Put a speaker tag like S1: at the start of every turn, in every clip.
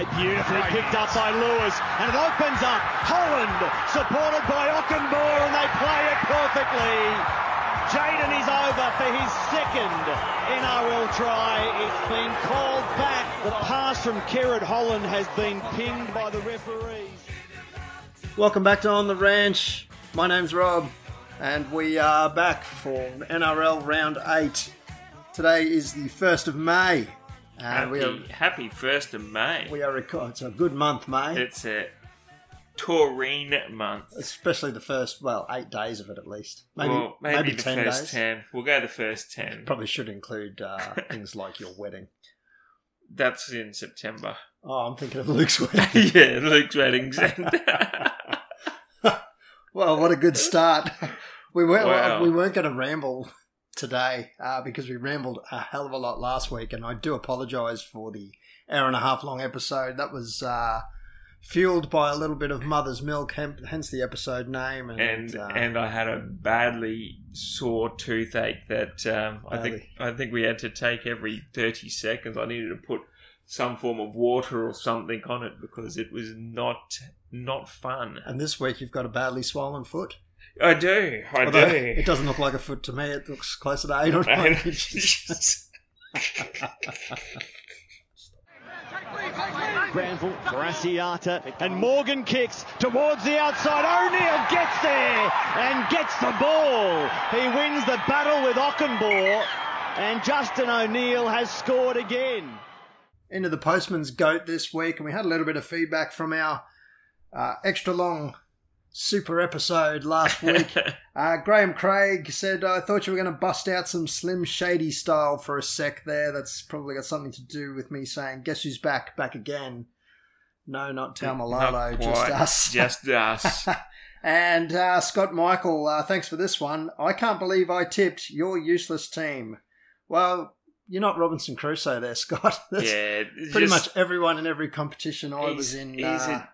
S1: It's picked up by Lewis, and it opens up. Holland, supported by Ockenbore, and they play it perfectly. Jaden is over for his second NRL try. It's been called back. The pass from Kerrod Holland has been pinged by the referees.
S2: Welcome back to On the Ranch. My name's Rob, and we are back for NRL Round 8. Today is the 1st of May, and
S3: Happy,
S2: we are,
S3: happy first of May.
S2: we are reco- it's a good month, May,
S3: it's a taurine month.
S2: especially the first, well, eight days of it at least. Maybe,
S3: well, maybe,
S2: maybe
S3: the
S2: 10
S3: first
S2: days.
S3: ten. We'll go the first ten.
S2: Probably should include uh, things like your wedding.
S3: That's in September.
S2: Oh, I'm thinking of Luke's wedding.
S3: yeah, Luke's weddings.
S2: well, what a good start. We weren't,
S3: Wow.
S2: we weren't going to ramble today uh, because we rambled a hell of a lot last week, and I do apologise for the hour and a half long episode. That was uh, fueled by a little bit of mother's milk, hem- hence the episode name. And,
S3: and
S2: uh,
S3: and I had a badly sore toothache that um, I think I think we had to take every thirty seconds. I needed to put some form of water or something on it because it was not not fun.
S2: and this week you've got a badly swollen foot.
S3: I do. I
S2: Although
S3: do.
S2: it doesn't look like a foot to me. It looks closer to eight or nine inches.
S1: Granville, Graciata, and Morgan kicks towards the outside. O'Neill gets there and gets the ball. He wins the battle with Ockenbore, and Justin O'Neill has scored again.
S2: into the postman's goat this week, and we had a little bit of feedback from our uh, extra long super episode last week. uh, Graham Craig said, "I thought you were going to bust out some Slim Shady style for a sec there. That's probably got something to do with me saying, guess who's back, back again.' No, not Tamalolo,
S3: Not
S2: just
S3: quite.
S2: us.
S3: Just us.
S2: And uh, Scott Michael, uh, thanks for this one. I can't believe I tipped your useless team. Well, you're not Robinson Crusoe there, Scott. That's-
S3: yeah,
S2: pretty
S3: just-
S2: much everyone in every competition I
S3: he's-
S2: was in.
S3: He's,
S2: uh,
S3: a,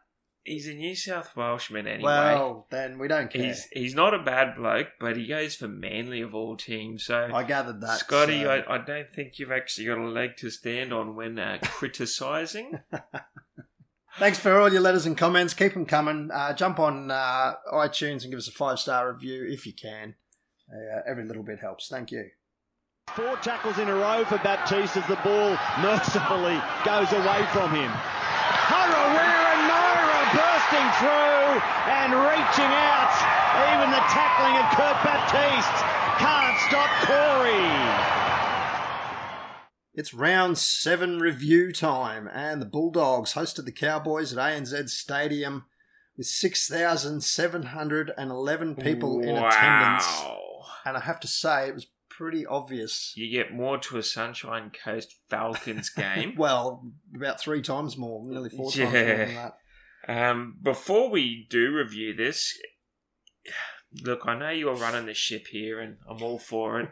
S3: he's a New South Welshman anyway.
S2: Well, then we don't care.
S3: he's he's not a bad bloke, but he goes for Manly of all teams. So
S2: I gathered that.
S3: Scotty,
S2: so-
S3: I, I don't think you've actually got a leg to stand on when uh, criticising.
S2: thanks for all your letters and comments. Keep them coming. Uh, jump on uh, iTunes and give us a five star review if you can. Uh, every little bit helps. Thank you.
S1: Four tackles in a row for Baptiste as the ball mercifully goes away from him. Harawira Naira bursting through and reaching out. Even the tackling of Kurt Baptiste can't stop Corey.
S2: It's round seven review time, and the Bulldogs hosted the Cowboys at ANZ Stadium with 6,711 people in attendance.
S3: Wow.
S2: And I have to say, it was pretty obvious
S3: You get more to a Sunshine Coast Falcons game.
S2: Well, about three times more, nearly four times more
S3: Yeah.
S2: than that.
S3: Um, before we do review this, look, I know you're running the ship here, and I'm all for it.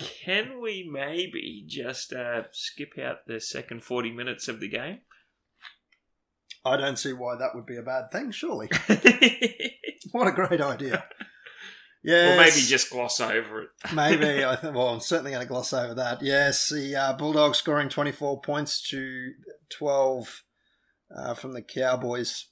S3: Can we maybe just uh, skip out the second 40 minutes of the game?
S2: I don't see why that would be a bad thing, surely. what a great idea. Yes,
S3: Or maybe just gloss over it.
S2: maybe I think. Well, I'm certainly going to gloss over that. Yes, the uh, Bulldogs scoring 24 points to 12 uh, from the Cowboys.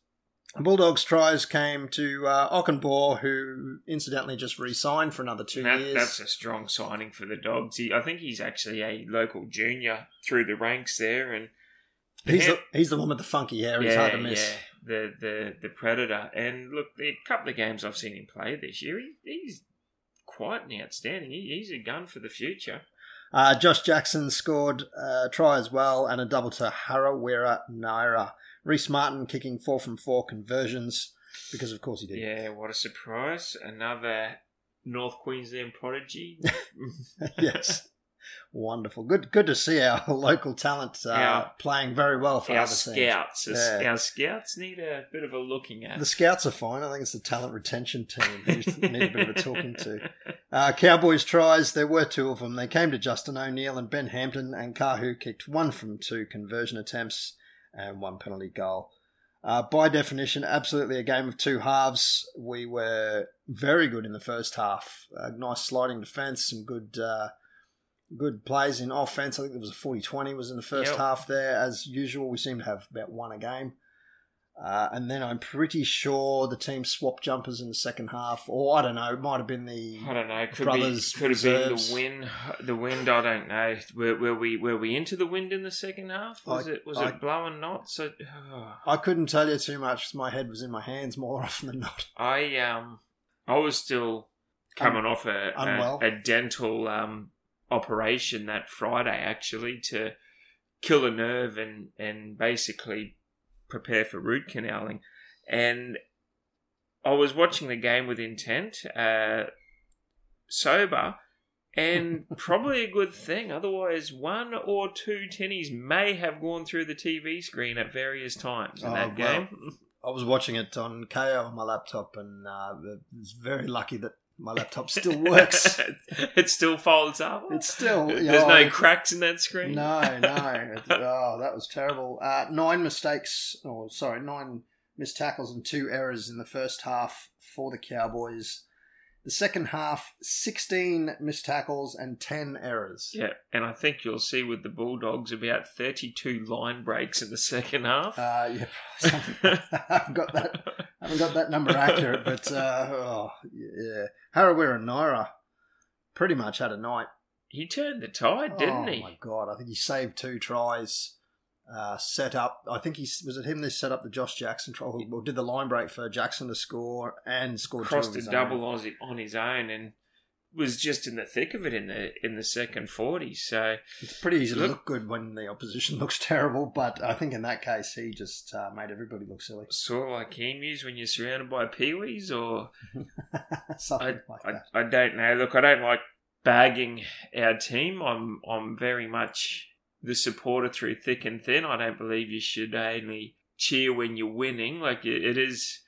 S2: Bulldogs tries came to uh, Ockenbore, who incidentally just re-signed for another two
S3: That-
S2: years.
S3: that's a strong signing for the Dogs. He, I think he's actually a local junior through the ranks there, and
S2: he's, the, he's the one with the funky hair. he's hard to miss.
S3: Yeah, the, the the predator. And look, the couple of games I've seen him play this year, he, he's quite an outstanding. He, he's a gun for the future.
S2: Uh, Josh Jackson scored a try as well and a double to Harawira Naira. Reese Martin kicking four from four conversions because, of course, he did.
S3: Yeah, what a surprise! Another North Queensland prodigy.
S2: yes. Wonderful. Good good to see our local talent uh,
S3: Our-
S2: playing very well for
S3: our
S2: other teams.
S3: scouts,
S2: Yeah.
S3: our scouts need a bit of a looking at.
S2: The scouts are fine. I think it's the talent retention team who need a bit of a talking to. Uh, Cowboys tries, there were two of them. They came to Justin O'Neill and Ben Hampton, and Kahu kicked one from two conversion attempts and one penalty goal. Uh, by definition, absolutely a game of two halves. We were very good in the first half. A nice sliding defence, some good uh, good plays in offense. I think there was a 40-20 was in the first
S3: Yep.
S2: half there. As usual, we seem to have about one a game. Uh, and then I'm pretty sure the team swapped jumpers in the second half, or I don't know, it might have been the
S3: I don't know. Could
S2: Brothers,
S3: be could have been the
S2: reserves.
S3: wind. The wind. I don't know. Were, were we were we into the wind in the second half? Was
S2: I-
S3: it was
S2: I-
S3: it blowing knots? oh, So
S2: I couldn't tell you too much. 'cause My head was in my hands more often than not.
S3: I um I was still coming off a,
S2: unwell.
S3: a a dental um operation that Friday actually to kill a nerve and and basically prepare for root canaling and I was watching the game with intent uh sober and probably a good thing otherwise one or two tinnies may have gone through the TV screen at various times in
S2: Oh,
S3: that
S2: well.
S3: game
S2: I was watching it on KO on my laptop, and uh, I was very lucky that my laptop still works.
S3: it still folds up.
S2: It's still you
S3: There's
S2: know,
S3: no cracks in that screen.
S2: No, no. It- oh, that was terrible. Uh, nine mistakes, or sorry, nine missed tackles and two errors in the first half for the Cowboys. The second half, 16 missed tackles and 10 errors.
S3: Yeah, and I think you'll see with the Bulldogs about 32 line breaks in the second half.
S2: Uh, yeah, something like that. I've got that. I haven't got that number accurate, but uh, oh, yeah. Harawira and Naira pretty much had a night.
S3: he turned the tide, didn't
S2: oh
S3: he?
S2: my god! I think he saved two tries. Uh, set up. I think he was it him that set up the Josh Jackson try, or or did the line break for Jackson to score and scored
S3: Crossed
S2: two
S3: a
S2: of his
S3: double
S2: Own.
S3: Aussie on his own and was just in the thick of it in the in the second 40. So
S2: It's pretty easy to
S3: Look-
S2: look good when the opposition looks terrible, but I think in that case he just uh, made everybody look silly.
S3: sort of like emus when you're surrounded by peewees or
S2: Something like
S3: I,
S2: that.
S3: I don't know. Look, I don't like bagging our team. I'm I'm very much the supporter through thick and thin. I don't believe you should only cheer when you're winning. Like it, it is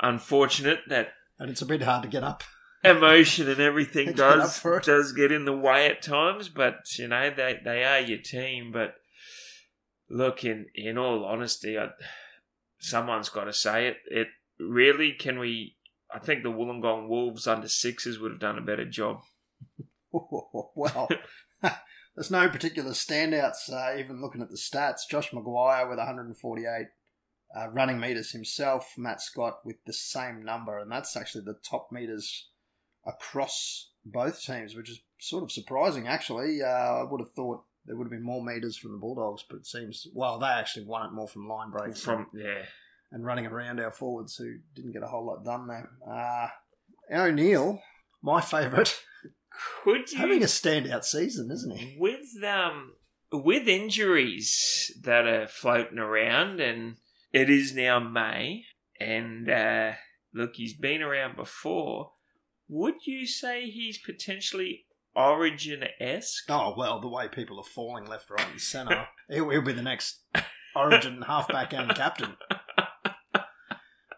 S3: unfortunate that
S2: And it's a bit hard to get up.
S3: emotion and everything
S2: Get up
S3: does
S2: for it.
S3: does get in the way at times. But you know they they are your team. But look, in in all honesty, I, someone's got to say it. It really can we. I think the Wollongong Wolves under sixes would have done a better job.
S2: well, there's no particular standouts. Uh, even looking at the stats, Josh Maguire with 148 uh, running meters himself, Matt Scott with the same number, and that's actually the top meters across both teams, which is sort of surprising. Actually, uh, I would have thought there would have been more meters from the Bulldogs, but it seems well they actually won it more from line breaks
S3: From yeah,
S2: and running around our forwards who didn't get a whole lot done there. Uh, O'Neill, my favourite.
S3: could you
S2: Having a standout season, isn't he?
S3: with um with injuries that are floating around and it is now May and uh look he's been around before would you say he's potentially origin esque
S2: Oh well, the way people are falling left, right, and centre, he'll, he'll be the next Origin halfback and captain.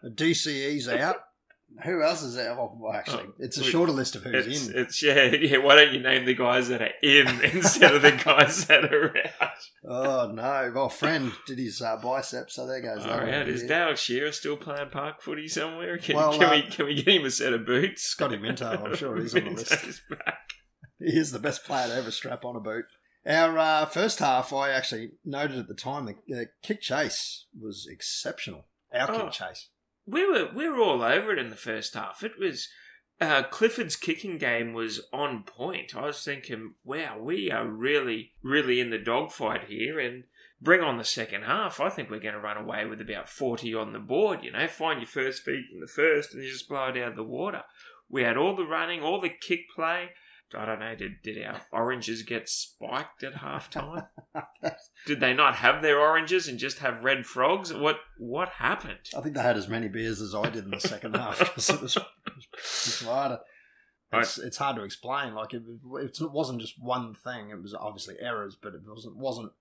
S2: The DCE's out. Who else is out? Well, well, actually,
S3: Oh,
S2: it's a
S3: we-
S2: shorter list of who's
S3: it's,
S2: in.
S3: it's yeah yeah why don't you name the guys that are in instead of the guys that are out
S2: Oh no! Well, friend did his uh, bicep, so there goes.
S3: all
S2: that
S3: right
S2: one.
S3: Oh, is Dale Shearer still playing park footy somewhere can,
S2: Well,
S3: can
S2: uh,
S3: we can we get him a set of boots
S2: Scotty Minto, I'm sure he's on the list.
S3: Minto's back.
S2: He is the best player to ever strap on a boot. Our uh, first half, I actually noted at the time that the kick chase was exceptional. Our
S3: Oh.
S2: kick chase.
S3: we were we were all over it in the first half. It was uh, Clifford's kicking game was on point. I was thinking, wow, we are really really in the dogfight here, and bring on the second half. I think we're going to run away with about forty on the board. You know, find your first feet in the first, and you just blow it out of the water. We had all the running, all the kick play. I don't know. Did, did our oranges get spiked at halftime? did they not have their oranges and just have red frogs? What what happened?
S2: I think they had as many beers as I did in the second half because it was, it was harder. It's, it's hard to explain. Like it, it wasn't just one thing. It was obviously errors, but it wasn't wasn't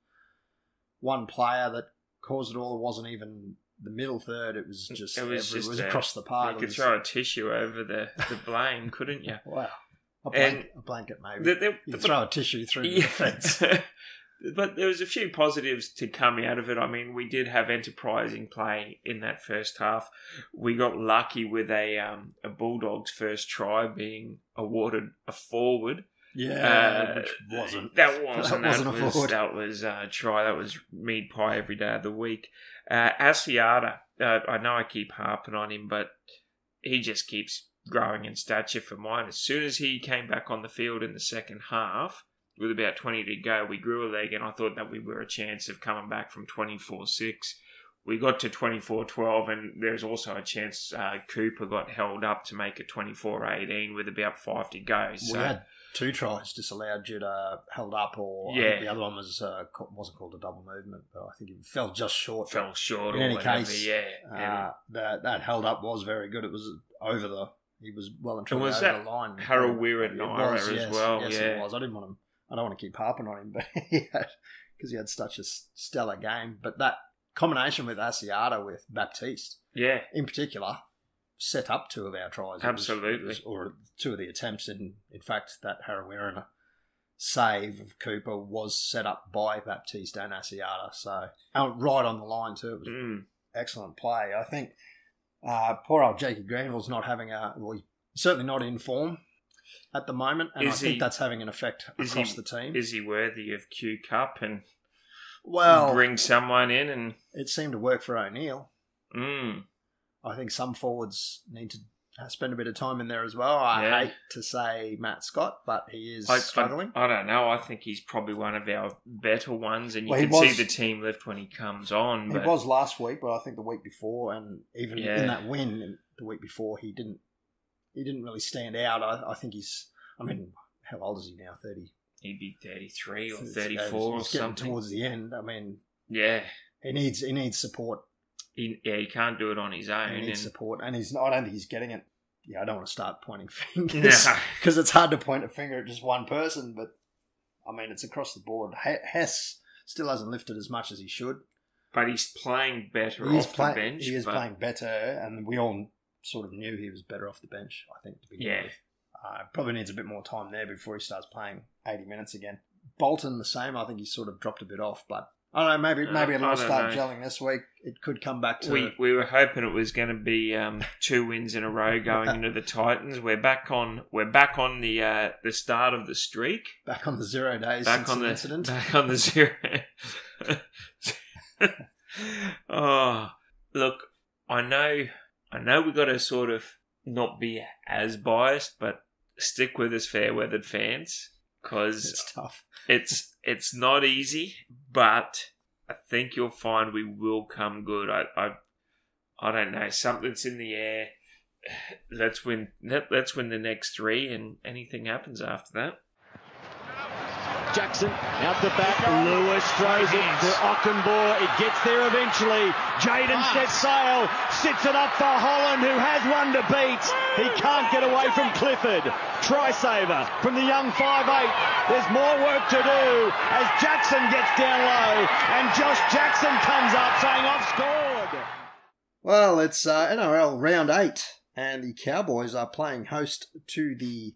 S2: one player that caused it all. It wasn't even the middle third. It was just
S3: It
S2: it
S3: was
S2: was,
S3: just
S2: it was
S3: a-
S2: across the park.
S3: You
S2: It
S3: could
S2: was-
S3: throw a tissue over the, the blame, couldn't you?
S2: wow a
S3: And-
S2: blanket, a blanket maybe.
S3: The- the-
S2: you
S3: the-
S2: could throw a tissue through the
S3: Yeah. Uh,
S2: fence.
S3: but there was a few positives to come out of it. I mean, we did have enterprising play in that first half. We got lucky with a um, a Bulldogs first try being awarded a forward.
S2: Yeah,
S3: Uh,
S2: which wasn't.
S3: That wasn't. That,
S2: That wasn't a
S3: was,
S2: forward.
S3: that was uh, try. That was meat pie every day of the week. Uh, Asiata, uh, I know I keep harping on him, but he just keeps growing in stature for mine. As soon as he came back on the field in the second half, with about 20 to go, we grew a leg, and I thought that we were a chance of coming back from 24 6. We got to 24 12, and there's also a chance uh, Cooper got held up to make it 24 18 with about five to go. So,
S2: we had two tries disallowed due to held up, or I think
S3: Yeah.
S2: the other one was uh, ca- wasn't called a double movement, but I think it fell just short.
S3: fell short
S2: In
S3: or
S2: any
S3: whatever.
S2: case,
S3: yeah.
S2: Uh, that that held up was very good. It was over the. He was well and truly
S3: was
S2: over
S3: that
S2: the line.
S3: and Harold Weir and
S2: It
S3: Naira
S2: was,
S3: as
S2: yes,
S3: well.
S2: Yes,
S3: yeah.
S2: it was. I didn't want him. I don't want to keep harping on him, but he had because he had such a s- stellar game. But that combination with Asiata with Baptiste
S3: Yeah.
S2: in particular set up two of our tries. It was-
S3: Absolutely.
S2: it was- or two of the attempts. And in fact, that Harawira save of Cooper was set up by Baptiste and Asiata. So out right on the line, too. It was
S3: Mm.
S2: excellent play. I think uh, poor old Jakey Granville's not having a, well, he's certainly not in form at the moment. And I
S3: Is
S2: think
S3: he-
S2: that's having an effect
S3: is
S2: across
S3: he-
S2: the team.
S3: Is he worthy of Q Cup and
S2: well,
S3: bring someone in and.
S2: it seemed to work for O'Neill.
S3: Mm.
S2: I think some forwards need to spend a bit of time in there as well. I
S3: Yeah.
S2: hate to say Matt Scott, but he is
S3: I,
S2: struggling.
S3: I, I don't know. I think he's probably one of our better ones, and you
S2: Well, he
S3: can
S2: was-
S3: see the team lift when he comes on.
S2: He
S3: But
S2: was last week, but I think the week before, and even
S3: Yeah.
S2: in that win the week before, he didn't. He didn't really stand out. I, I think he's. I mean, how old is he now? Thirty
S3: he'd be 33 or
S2: It's-
S3: 34 or
S2: it's getting
S3: something.
S2: Towards the end, I mean,
S3: Yeah.
S2: he needs he needs support.
S3: He, yeah, he can't do it on his own.
S2: He
S3: And,
S2: needs support, and he's. I don't think he's getting it. Yeah, I don't want to start pointing
S3: no,
S2: fingers because it's hard to point a finger at just one person. But I mean, it's across the board. He- Hess still hasn't lifted as much as he should.
S3: but he's playing better
S2: he is,
S3: off
S2: play-
S3: the bench.
S2: he is
S3: but-
S2: playing better, and we all sort of knew he was better off the bench. I think to begin
S3: Yeah.
S2: with. Uh, probably needs a bit more time there before he starts playing 80 minutes again. Bolton the same. I think he's sort of dropped a bit off, but I don't know. Maybe
S3: Uh,
S2: maybe it'll
S3: I
S2: all
S3: don't
S2: start
S3: know.
S2: gelling this week. It could come back to
S3: We, we were hoping it was going to be um, two wins in a row going into the Titans. We're back on we're back on the uh, the start of the streak.
S2: back on the zero days
S3: Back
S2: since
S3: on
S2: the,
S3: the
S2: incident.
S3: back on the zero. oh, look, I know I know we got to sort of not be as biased, but stick with us fair weathered fans because
S2: it's tough.
S3: it's it's not easy, but I think you'll find we will come good. I I, I don't know. Something's in the air. Let's win. Let, let's win the next three, and anything happens after that.
S1: Jackson out the back. Lewis throws it to Ockenbaugh. It gets there eventually. Jaden sets sail, sits it up for Holland, who has one to beat. He can't get away from Clifford. Try saver from the young 5'8. There's more work to do as Jackson gets down low and Josh Jackson comes up saying, I've scored.
S2: Well, it's uh, NRL round eight, and the Cowboys are playing host to the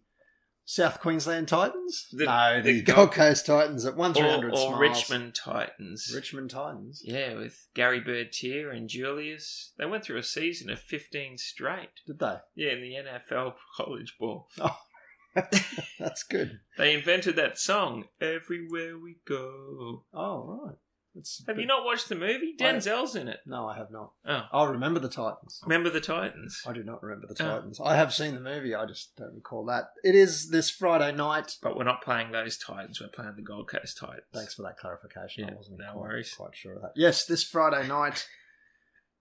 S2: South Queensland Titans.
S3: The-
S2: no, the,
S3: the Gold-
S2: Gold, Coast Titans at one three
S3: Or,
S2: hundred.
S3: or Richmond Titans.
S2: Richmond Titans.
S3: Yeah, with Gary Bertier and Julius. They went through a season of 15 straight.
S2: Did they?
S3: Yeah, in the NFL college ball.
S2: That's good.
S3: They invented that song, Everywhere We Go.
S2: Oh right. That's
S3: Have you not watched the movie? Denzel's in it.
S2: No, I have not.
S3: Oh.
S2: I remember the Titans.
S3: Remember the Titans?
S2: I do not remember the
S3: Oh.
S2: Titans. I have seen the movie. I just don't recall that. It is this Friday night.
S3: But we're not playing those Titans. We're playing the Gold Coast Titans.
S2: Thanks for that clarification.
S3: Yeah,
S2: I wasn't
S3: no
S2: quite,
S3: worries.
S2: quite sure of that. Yes, this Friday night,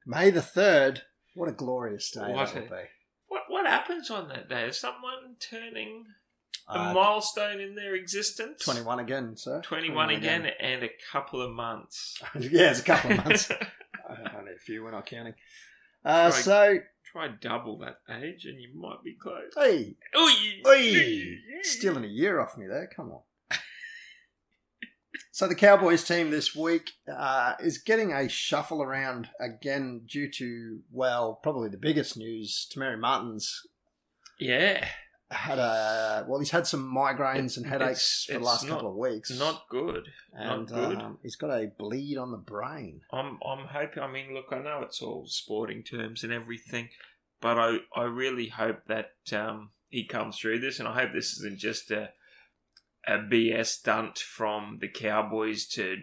S2: May the third. What a glorious day
S3: What
S2: that will
S3: a-
S2: be.
S3: What What happens on that day? Is someone turning a
S2: Uh,
S3: milestone in their existence?
S2: Twenty-one again, sir.
S3: 21 again, and a couple of months.
S2: yeah, it's a couple of months. I- Only a few. We're not counting. Uh,
S3: Right.
S2: so
S3: Try double that age, and you might be close.
S2: hey,
S3: Oi!
S2: Oi! Stealing a year off me there. Come on. so the Cowboys team this week uh, is getting a shuffle around again due to, well, probably the biggest news. Tamari Martin's
S3: Yeah,
S2: had a, well, he's had some migraines and
S3: It-
S2: headaches
S3: it's-
S2: for the
S3: it's
S2: last
S3: not-
S2: couple of weeks.
S3: it's not good.
S2: and
S3: not good.
S2: um, he's got a bleed on the brain.
S3: I'm I'm hoping. I mean, look, I know it's all sporting terms and everything, but I I really hope that um, he comes through this, and I hope this isn't just a a BS stunt from the Cowboys to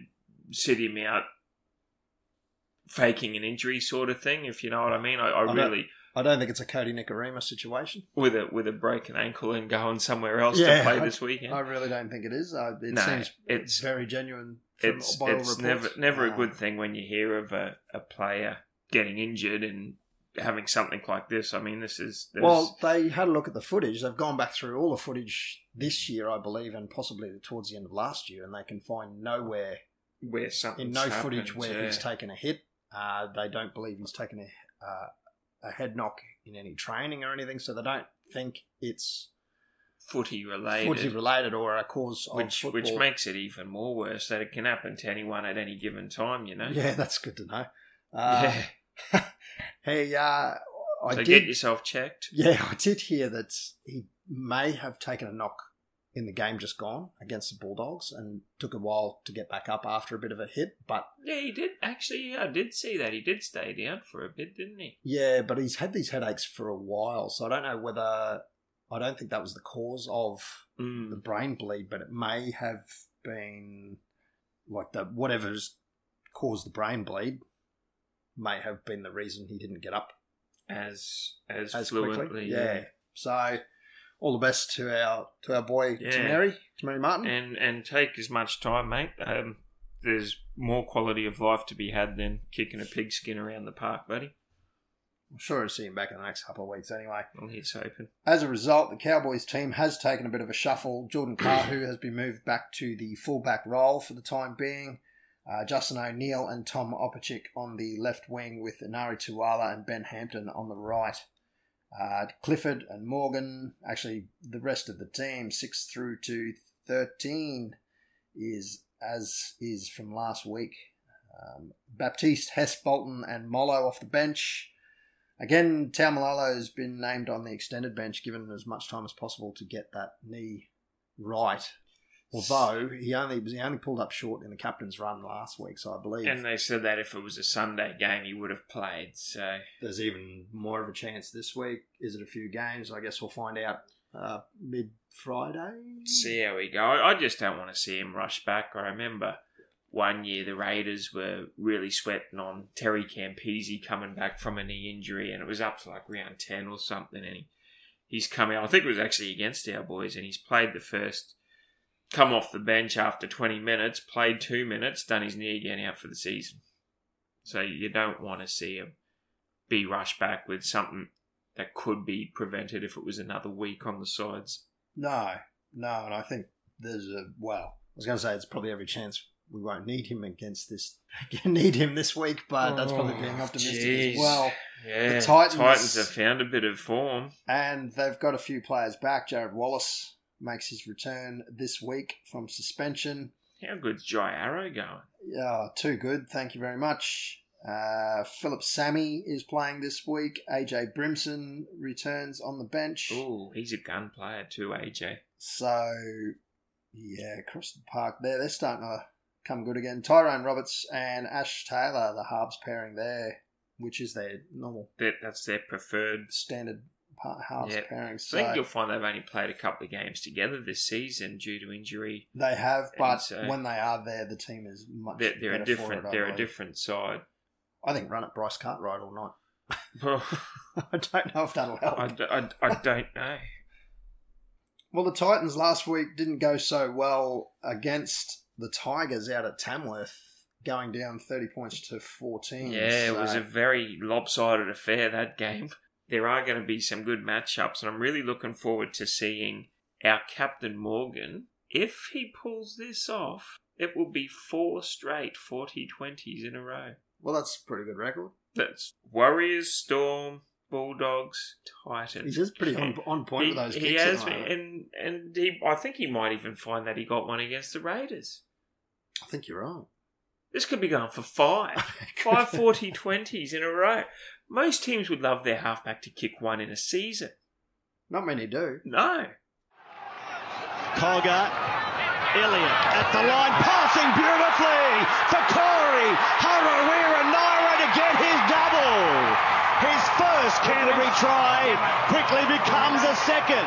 S3: sit him out faking an injury sort of thing, if you know what I mean. I, I
S2: I don't-
S3: really
S2: I don't think it's a Cody Nicarima situation.
S3: with a with a broken ankle and going somewhere else
S2: Yeah,
S3: to play
S2: I-
S3: this weekend.
S2: I really don't think it is. Uh, it
S3: no,
S2: seems
S3: it's
S2: very genuine. From
S3: it's
S2: by all
S3: it's
S2: reports.
S3: never never a
S2: Uh,
S3: good thing when you hear of a, a player getting injured and having something like this. I mean, this is there's-
S2: Well, they had a look at the footage. They've gone back through all the footage this year, I believe, and possibly towards the end of last year, and they can find nowhere
S3: where something
S2: in no footage where he's taken a hit. Uh, they don't believe he's taken a, uh, a head knock in any training or anything, so they don't think it's
S3: footy related.
S2: footy related or a cause of
S3: which
S2: football.
S3: which makes it even more worse that it can happen to anyone at any given time, you know.
S2: yeah, that's good to know. Uh,
S3: Yeah.
S2: Hey, uh, I
S3: so
S2: did.
S3: get yourself checked.
S2: Yeah, I did hear that he may have taken a knock in the game just gone against the Bulldogs and took a while to get back up after a bit of a hit. But
S3: Yeah, he did actually. Yeah, I did see that he did stay down for a bit, didn't he?
S2: yeah, but he's had these headaches for a while, so I don't know whether I don't think that was the cause of the
S3: Mm.
S2: brain bleed, but it may have been like the whatever's caused the brain bleed may have been the reason he didn't get up
S3: As as,
S2: as
S3: fluently,
S2: quickly. Yeah. So all the best to our to our boy
S3: Yeah.
S2: Tamari, Tamari Martin.
S3: and and take as much time, mate. Um, there's more quality of life to be had than kicking a pigskin around the park, buddy.
S2: I'm sure we'll see him back in the next couple of weeks anyway.
S3: Well, he's open.
S2: As a result, the Cowboys team has taken a bit of a shuffle. Jordan Carhu has been moved back to the fullback role for the time being. Uh, Justin O'Neill and Tom Opachik on the left wing with Inari Tuwala and Ben Hampton on the right. Uh, Clifford and Morgan, actually the rest of the team, 6 through to 13, is as is from last week. Um, Baptiste, Hess, Bolton and Mollo off the bench. Again, Taumalolo has been named on the extended bench, given as much time as possible to get that knee right. Although he only he only pulled up short in the captain's run last week, so I believe
S3: And they said that if it was a Sunday game, he would have played. So
S2: there's even more of a chance this week. Is it a few games? I guess we'll find out uh, mid Friday.
S3: see how we go. I I just don't want to see him rush back. I remember one year the Raiders were really sweating on Terry Campese coming back from a knee injury, and it was up to like round 10 or something. And he, he's come out, I think it was actually against our boys, and he's played the first, come off the bench after 20 minutes, played two minutes, done his knee again out for the season. So you don't want to see him be rushed back with something that could be prevented if it was another week on the sides.
S2: No, no, and I think there's a well. I was going to say it's probably every chance we won't need him against this. need him this week, but that's probably
S3: Oh,
S2: being optimistic
S3: jeez.
S2: as well.
S3: Yeah,
S2: The Titans-
S3: have found a bit of form.
S2: And they've got a few players back. Jared Wallace makes his return this week from suspension.
S3: How good's Jai Arrow going?
S2: Yeah, too good. Thank you very much. Uh, Philip Sammy is playing this week. AJ Brimson returns on the bench.
S3: Oh, he's a gun player too, AJ.
S2: So, yeah, across the park there, they're starting to come good again. Tyrone Roberts and Ash Taylor, the halves pairing there, which is their normal
S3: That that's their preferred.
S2: standard par- halves
S3: Yeah.
S2: pairing.
S3: I think
S2: So
S3: you'll find they've only played a couple of games together this season due to injury.
S2: they have, but
S3: And so-
S2: when they are there, the team is much
S3: They're, they're
S2: better
S3: a different.
S2: For it, I
S3: they're a
S2: believe.
S3: different side.
S2: I think run at Bryce Cartwright all night.
S3: Well,
S2: I don't know if that'll help.
S3: I, d- I d- I don't know.
S2: Well, the Titans last week didn't go so well against the Tigers out at Tamworth, going down 30 points to 14.
S3: Yeah, it was
S2: so-
S3: a very lopsided affair that game. There are going to be some good matchups, and I'm really looking forward to seeing our captain Morgan. If he pulls this off, it will be four straight 40 20s in a row.
S2: Well, that's a pretty good record.
S3: That's Warriors, Storm, Bulldogs, Titans.
S2: He's just pretty on, on point
S3: He-
S2: with those kicks.
S3: he
S2: at the
S3: has been,
S2: moment.
S3: and and he, I think he might even find that he got one against the Raiders.
S2: I think you're wrong.
S3: This could be going for five. Five 40 20s in a row. Most teams would love their halfback to kick one in a season.
S2: Not many do.
S3: No.
S1: Cogger. Elliott at the line, passing beautifully for Corey Harawira Naira to get his double. His first Canterbury try quickly becomes a second.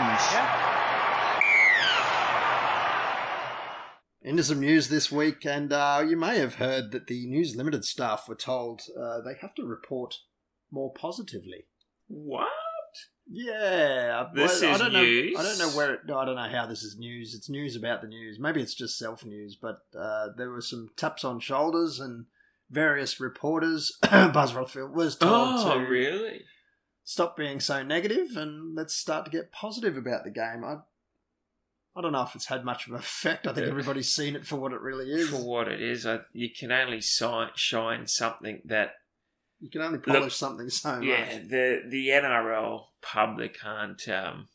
S2: Into some news this week, and uh, you may have heard that the News Limited staff were told uh, they have to report more positively.
S3: What?
S2: Yeah, I-
S3: This
S2: I,
S3: is
S2: I don't
S3: news.
S2: Know, I don't know where. It, no, I don't know how this is news. It's news about the news. Maybe it's just self news. But uh, there were some taps on shoulders and various reporters. Buzz Rothfield was told to
S3: Oh, really?
S2: stop being so negative and let's start to get positive about the game. I, I don't know if it's had much of an effect. I think
S3: Yeah.
S2: everybody's seen it for what it really is.
S3: For what it is, I, you can only si- shine something that
S2: You can only polish something so much.
S3: yeah the the NRL public aren't um,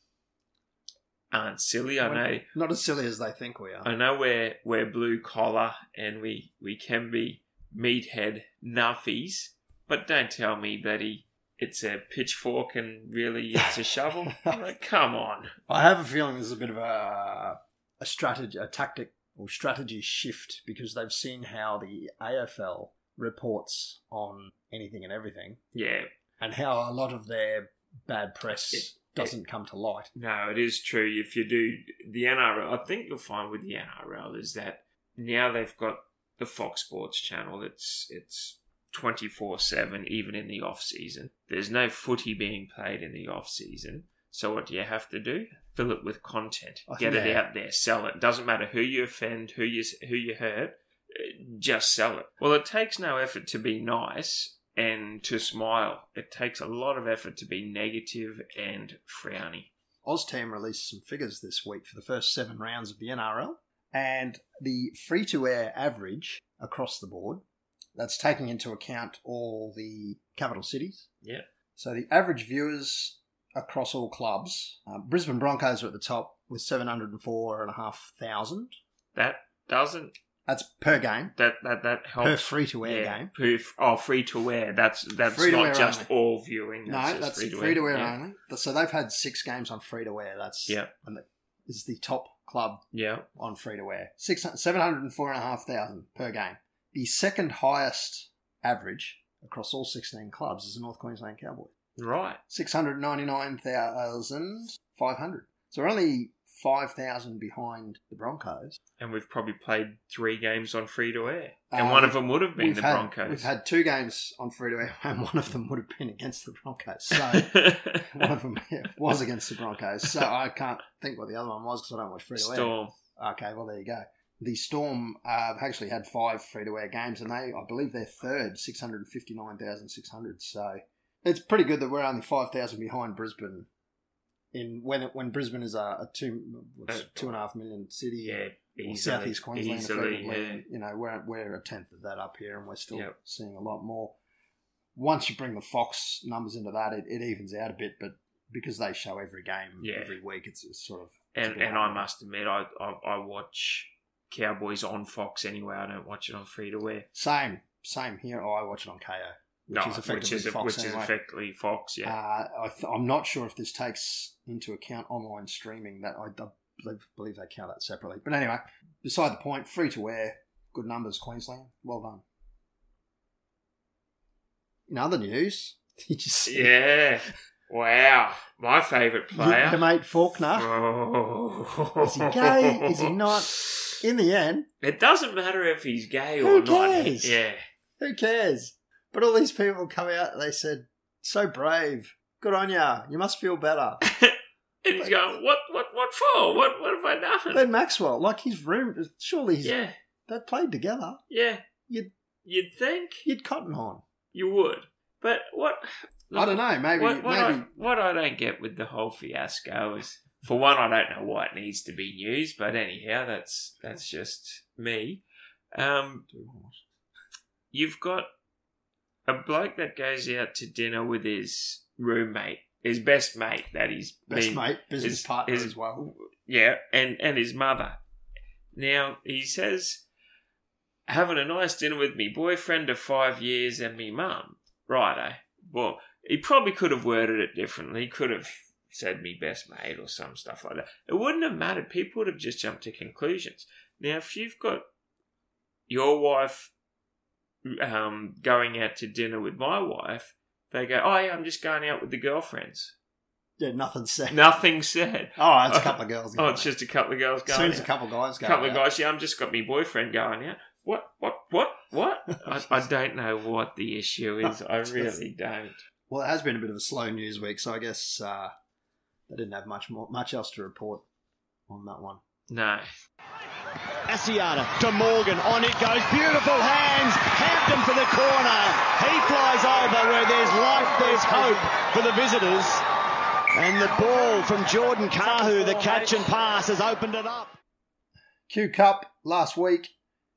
S3: aren't silly. I
S2: We're
S3: know
S2: Not as silly as they think we are.
S3: I know we're we're blue collar and we we can be meathead nuffies, but don't tell me that he it's a pitchfork and really it's a shovel. Like, come on,
S2: I have a feeling there's a bit of a a strategy, a tactic or strategy shift because they've seen how the AFL reports on anything and everything,
S3: yeah,
S2: and how a lot of their bad press
S3: It-
S2: doesn't come to light.
S3: No, it is true. If you do the NRL, I think you'll find with the NRL is that now they've got the Fox Sports channel. It's it's twenty four seven, even in the off season. There's no footy being played in the off season. So what do you have to do? Fill it with content.
S2: I
S3: Get
S2: think
S3: it
S2: they-
S3: out there. Sell it. Doesn't matter who you offend, who you who you hurt. uh, Just sell it. Well, it takes no effort to be nice and to smile. It takes a lot of effort to be negative and frowny.
S2: Oztam released some figures this week for the first seven rounds of the NRL, and the free to air average across the board, that's taking into account all the capital cities.
S3: Yeah.
S2: So the average viewers across all clubs, uh, Brisbane Broncos are at the top with 704,500.
S3: That doesn't
S2: That's per game,
S3: that that that helps.
S2: per free to air
S3: Oh, yeah,
S2: game.
S3: per f- oh, free to wear. That's that's
S2: Free-to-air
S3: not just
S2: only.
S3: all viewing.
S2: No,
S3: just
S2: that's
S3: free-to-air.
S2: free to air
S3: Yeah.
S2: only. So they've had six games on free to air. That's
S3: Yeah.
S2: and that is the top club
S3: yeah,
S2: on free to wear. Six seven hundred and four and a half thousand per game. The second highest average across all sixteen clubs is the North Queensland Cowboys.
S3: right.
S2: Six hundred ninety nine thousand five hundred. So we're only five thousand behind the Broncos.
S3: And we've probably played three games on free to air, and
S2: Um,
S3: one of them would have been
S2: We've
S3: the
S2: had,
S3: Broncos.
S2: We've had two games on free to wear and one of them would have been against the Broncos. So one of them yeah, was against the Broncos. So I can't think what the other one was because I don't watch free to wear.
S3: Storm.
S2: Okay, well there you go. The Storm uh, have actually had five free-to-air games, and they, I believe, they're third, six hundred fifty-nine thousand six hundred. So it's pretty good that we're only five thousand behind Brisbane. In when it, when Brisbane is a, a two what's it, two and a half million city,
S3: Uh, Yeah,
S2: or
S3: easily,
S2: southeast Queensland,
S3: easily.
S2: effectively,
S3: Yeah.
S2: you know, we're we're a tenth of that up here, and we're still
S3: Yep.
S2: seeing a lot more. Once you bring the Fox numbers into that, it, it evens out a bit, but because they show every game
S3: Yeah.
S2: every week, it's, it's sort of
S3: And
S2: It's a
S3: and
S2: bit
S3: I
S2: hard.
S3: must admit, I, I I watch Cowboys on Fox anyway. I don't watch it on free to wear.
S2: Same, same here. Oh, I watch it on KO, which
S3: No,
S2: is effectively
S3: which is a-
S2: Fox
S3: which is
S2: anyway.
S3: effectively Fox. Yeah,
S2: Uh, I th- I'm not sure if this takes into account online streaming. That I, I believe, believe they count that separately. But anyway, beside the point. Free to wear, good numbers, Queensland. Well done. In other news, did you see
S3: yeah. Wow, my favourite player.
S2: your, your mate Faulkner?
S3: Oh.
S2: Is he gay? Is he not? In the end,
S3: It doesn't matter if he's gay
S2: Who
S3: or not.
S2: cares?
S3: Yeah.
S2: who cares? But all these people come out. and They said, "So brave, good on ya. You must feel better."
S3: And he's going, what, what, what for? What, what have I done?
S2: Ben Maxwell, like his room, surely he's,
S3: yeah,
S2: they played together.
S3: yeah.
S2: You'd-
S3: you'd think
S2: You'd cotton on.
S3: you would, but what?
S2: I don't know. Maybe,
S3: What, what,
S2: maybe.
S3: I, what I don't get with the whole fiasco is, for one, I don't know why it needs to be news, but anyhow, that's that's just me. Um, you've got a bloke that goes out to dinner with his roommate, his best mate that he's
S2: Best
S3: been
S2: mate, business
S3: is-
S2: partner
S3: is-
S2: as well.
S3: Yeah, and and his mother. Now he says, having a nice dinner with me boyfriend of five years and me mum. Righto. Well, he probably could have worded it differently. He could have said me best mate or some stuff like that. It wouldn't have mattered. People would have just jumped to conclusions. Now, if you've got your wife um, going out to dinner with my wife, they go, "Oh yeah, I'm just going out with the girlfriends."
S2: Yeah, nothing said.
S3: Nothing said.
S2: Oh, it's a couple of girls.
S3: Oh,
S2: going
S3: it's
S2: out.
S3: just a couple of girls
S2: as
S3: going.
S2: soon as a
S3: out.
S2: couple of guys go.
S3: couple of
S2: out.
S3: guys. Yeah, I'm just got me boyfriend going. Yeah, what, what, what, what? I, I don't know what the issue is. I really don't.
S2: Well, it has been a bit of a slow news week, so I guess uh, they didn't have much more, much else to report on that one.
S3: No.
S1: Asiata to Morgan. On it goes. Beautiful hands. Hampton for the corner. He flies over where there's life, there's hope for the visitors. And the ball from Jordan Kahu, the catch and pass, has opened it up.
S2: Q Cup last week,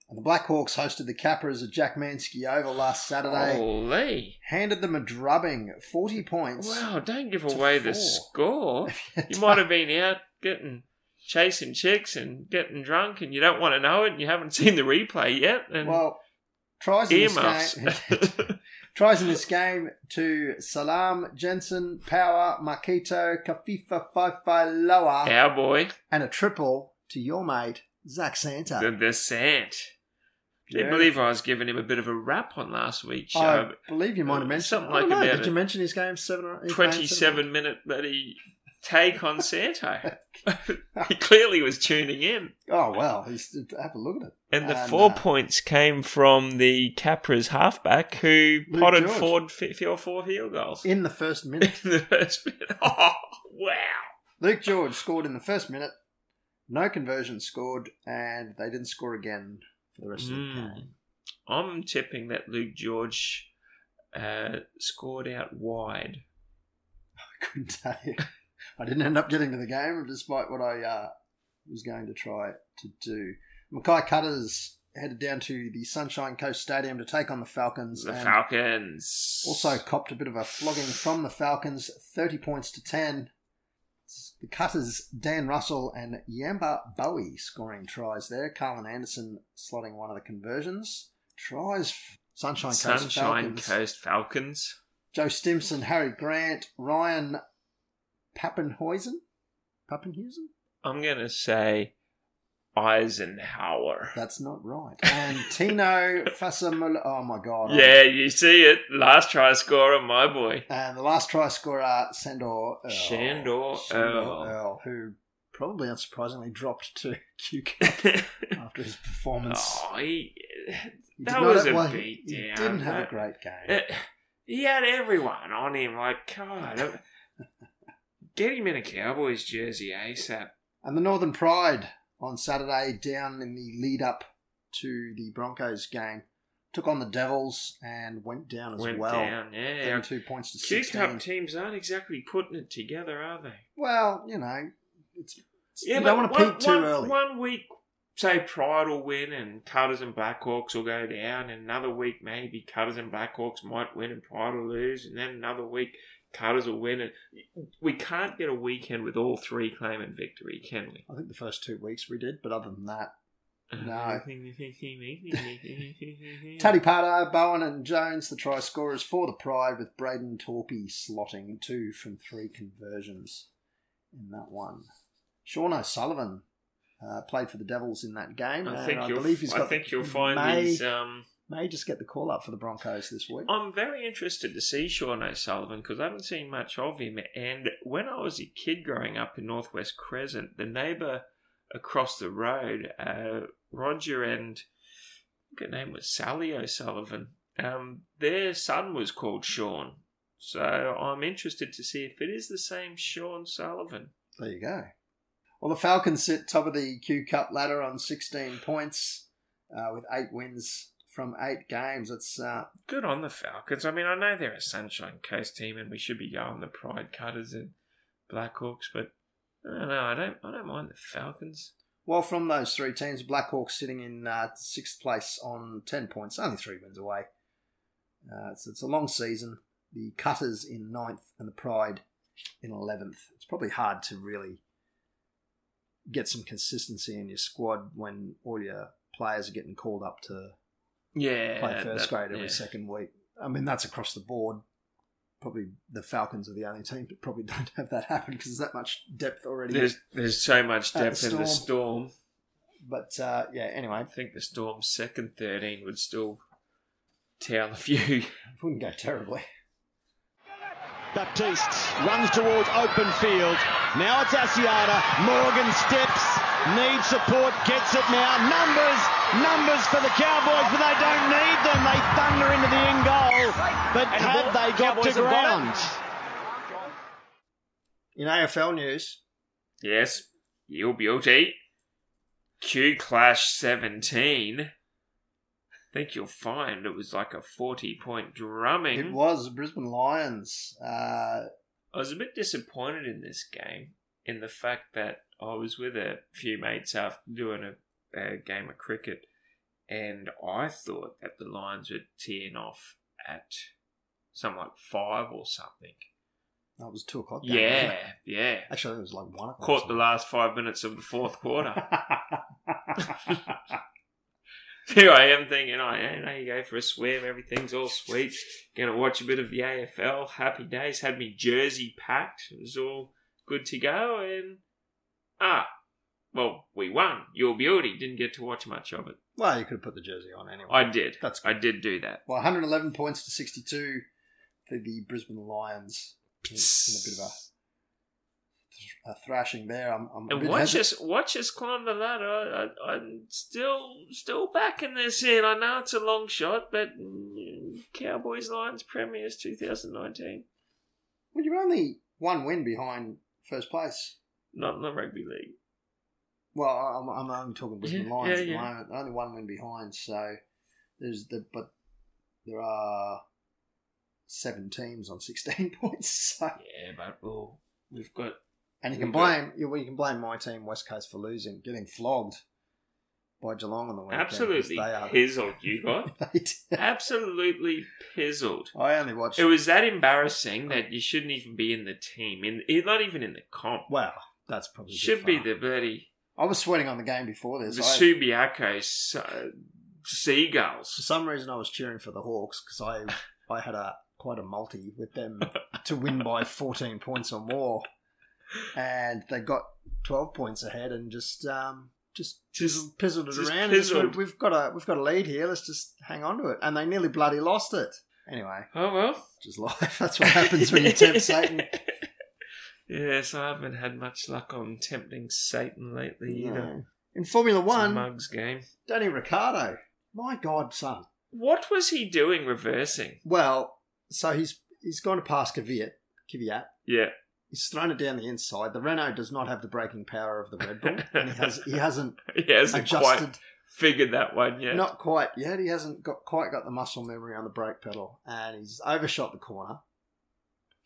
S2: and the Blackhawks hosted the Capras at Jack Mansky Oval last Saturday.
S3: Oh. Holy!
S2: Handed them a drubbing, forty points.
S3: Wow! Don't give away the
S2: four.
S3: score. You might have been out getting chasing chicks and getting drunk, and you don't want to know it, and you haven't seen the replay yet. And
S2: Well, tries in
S3: earmuffs.
S2: this game. tries in this game to Salam, Jensen, Power, Makito, Kafifa, Faifai, Loa,
S3: Our boy,
S2: and a triple to your mate Zach Santa.
S3: the, the Sant. Didn't
S2: Yeah.
S3: believe I was giving him a bit of a rap on last week's show.
S2: I believe you might have mentioned
S3: Uh, Something
S2: I don't
S3: like
S2: know,
S3: about
S2: Did
S3: it.
S2: you mention his game seven or his game seven?
S3: 27 minute bloody take on Santo. he clearly was tuning in.
S2: Oh well, he's, have a look at it.
S3: And the
S2: And,
S3: four
S2: uh,
S3: points came from the Capra's halfback who
S2: Luke
S3: potted
S2: George.
S3: forward fi- three or four field goals
S2: In the first
S3: in
S2: minute,
S3: the first minute. Oh, wow.
S2: Luke George scored in the first minute. No conversion scored, and they didn't score again for the rest of the
S3: Mm.
S2: game.
S3: I'm tipping that Luke George uh, scored out wide.
S2: I couldn't tell you. I didn't end up getting to the game, despite what I uh, was going to try to do. Mackay Cutters headed down to the Sunshine Coast Stadium to take on the Falcons.
S3: The
S2: and
S3: Falcons.
S2: Also copped a bit of a flogging from the Falcons, 30 points to 10. The Cutters, Dan Russell and Yamba Bowie scoring tries there. Carlin Anderson slotting one of the conversions. Tries Sunshine Coast
S3: Sunshine
S2: Falcons.
S3: Coast Falcons.
S2: Joe Stimson, Harry Grant, Ryan Pappenhuisen. Pappenhuisen?
S3: I'm going to say Eisenhower.
S2: That's not right. And Tino Fasamula. Oh my god.
S3: Yeah, you see it. Last try scorer, my boy.
S2: And the last try scorer, Sandor Earl.
S3: Shandor Earl.
S2: who probably unsurprisingly dropped to Q after his performance.
S3: oh, he,
S2: He
S3: that
S2: did
S3: was
S2: have-
S3: a
S2: well,
S3: beat
S2: He
S3: down,
S2: didn't have a
S3: but-
S2: great game.
S3: eh, he had everyone on him. Like, God. eh, Get him in a Cowboys jersey ASAP.
S2: And the Northern Pride on Saturday, down in the lead up to the Broncos game, took on the Devils and went down as
S3: Went
S2: well.
S3: down, yeah.
S2: Thirty-two points to
S3: Q Cup
S2: 16.
S3: teams aren't exactly putting it together, are they?
S2: Well, you know, it's, it's-
S3: Yeah,
S2: you
S3: but
S2: don't want to
S3: one-
S2: peak too
S3: one-
S2: early.
S3: One week, say Pride will win and Cutters and Blackhawks will go down. And another week, maybe Cutters and Blackhawks might win and Pride will lose. And then another week, Cutters will win. And we can't get a weekend with all three claiming victory, can we?
S2: I think the first two weeks we did, but other than that, No. Taddy Pardo, Bowen, and Jones, the try scorers for the Pride, with Braden Torpy slotting two from three conversions in that one. Sean O'Sullivan uh, played for the Devils in that game.
S3: I
S2: and
S3: think
S2: I
S3: you'll.
S2: believe he's
S3: I
S2: got.
S3: think you'll find
S2: may,
S3: these. Um,
S2: may just get the call up for the Broncos this week.
S3: I'm very interested to see Sean O'Sullivan because I haven't seen much of him. And when I was a kid growing up in Northwest Crescent, the neighbour across the road, uh, Roger and I think her name was Sally O'Sullivan, um, their son was called Sean. So I'm interested to see if it is the same Sean Sullivan.
S2: There you go. Well, the Falcons sit top of the Q Cup ladder on 16 points uh, with eight wins from eight games. That's uh,
S3: Good on the Falcons. I mean, I know they're a Sunshine Coast team, and we should be going the Pride Cutters and Blackhawks, but I don't know. I don't. I don't mind the Falcons.
S2: Well, from those three teams, Blackhawks sitting in uh, sixth place on 10 points, only three wins away. Uh, so it's a long season. The Cutters in ninth and the Pride in 11th. It's probably hard to really get some consistency in your squad when all your players are getting called up to
S3: Yeah,
S2: play first
S3: that-
S2: grade every
S3: yeah.
S2: second week. I mean, that's across the board. Probably the Falcons are the only team that probably don't have that happen because there's that much depth already.
S3: There's there's so much
S2: At the
S3: depth in the storm.
S2: But uh, yeah, anyway,
S3: I think the storm's second thirteen would still tell a few.
S2: wouldn't go terribly.
S1: Baptiste runs towards open field. Now it's Asiata. Morgan steps, needs support, gets it now. Numbers, numbers for the Cowboys, but they don't need them. They thunder into the in goal. But
S4: And the
S1: had
S4: ball-
S1: they got
S4: Cowboys
S1: to
S4: have got it.
S1: ground?
S2: In AFL news,
S3: Yes, you're guilty. Q Clash 17. I think you'll find it was like a 40 point drumming.
S2: it was the Brisbane Lions. Uh,
S3: I was a bit disappointed in this game in the fact that I was with a few mates after doing a, a game of cricket, and I thought that the Lions were teeing off at some like five or something.
S2: that was two o'clock. game, wasn't
S3: Yeah,
S2: it?
S3: yeah.
S2: Actually, it was like one o'clock.
S3: Caught the last five minutes of the fourth quarter.
S2: the.
S3: Here I am thinking, oh, yeah, now you go for a swim, everything's all sweet. Gonna watch a bit of the AFL, happy days, had me jersey packed, it was all good to go, and ah, well, we won. Your beauty didn't get to watch much of it.
S2: well, you could have put the jersey on anyway.
S3: I did.
S2: That's good.
S3: I did do that.
S2: Well, 111 points to 62 for the Brisbane Lions. It's been a bit of a, a thrashing there. I'm, I'm a
S3: And
S2: bit
S3: watch
S2: hesitant.
S3: us, watch us climb the ladder. I, I, I'm still, still backing this in. I know it's a long shot, but mm, Cowboys Lions Premiers 2019,
S2: Well, you're only one win behind first place.
S3: not in the rugby league.
S2: Well, I'm, I'm only talking Brisbane
S3: Yeah,
S2: Lions
S3: yeah,
S2: at the
S3: yeah.
S2: moment. Only one win behind. So there's the but there are seven teams on 16 points. So
S3: Yeah, but well, we've got
S2: and you can
S3: We've got-
S2: blame you, well, you can blame my team West Coast for losing, getting flogged by Geelong on the weekend. 'cause
S3: absolutely pizzled. You got
S2: They did.
S3: absolutely pizzled.
S2: I only watched.
S3: It was that embarrassing that you shouldn't even be in the team. In it- not even in the comp.
S2: Wow, that's probably a bit
S3: Should be
S2: far.
S3: the bloody
S2: I was sweating on the game before
S3: the
S2: this. I,
S3: Subiaco s- uh,
S2: for
S3: seagulls.
S2: some reason, I was cheering for the Hawks because I I had a quite a multi with them to win by fourteen points or more, and they got twelve points ahead and just um just
S3: Just
S2: pizzled it
S3: Just
S2: around. and just went,
S3: pizzled.
S2: we've got a we've got a lead here. Let's just hang on to it, and they nearly bloody lost it. Anyway,
S3: oh well.
S2: just life. That's what happens when you tempt Satan.
S3: Yes, I haven't had much luck on tempting Satan lately either.
S2: No. In Formula
S3: It's a
S2: One,
S3: mugs game.
S2: Danny Ricciardo. My God, son.
S3: What was he doing reversing?
S2: Well, so he's he's gone to pass Kvyat. Kvyat.
S3: Yeah,
S2: He's thrown it down the inside. The Renault does not have the braking power of the Red Bull, and he has he hasn't
S3: he hasn't quite
S2: adjusted
S3: figured that one yet.
S2: not quite yet. He hasn't got quite got the muscle memory on the brake pedal, and he's overshot the corner.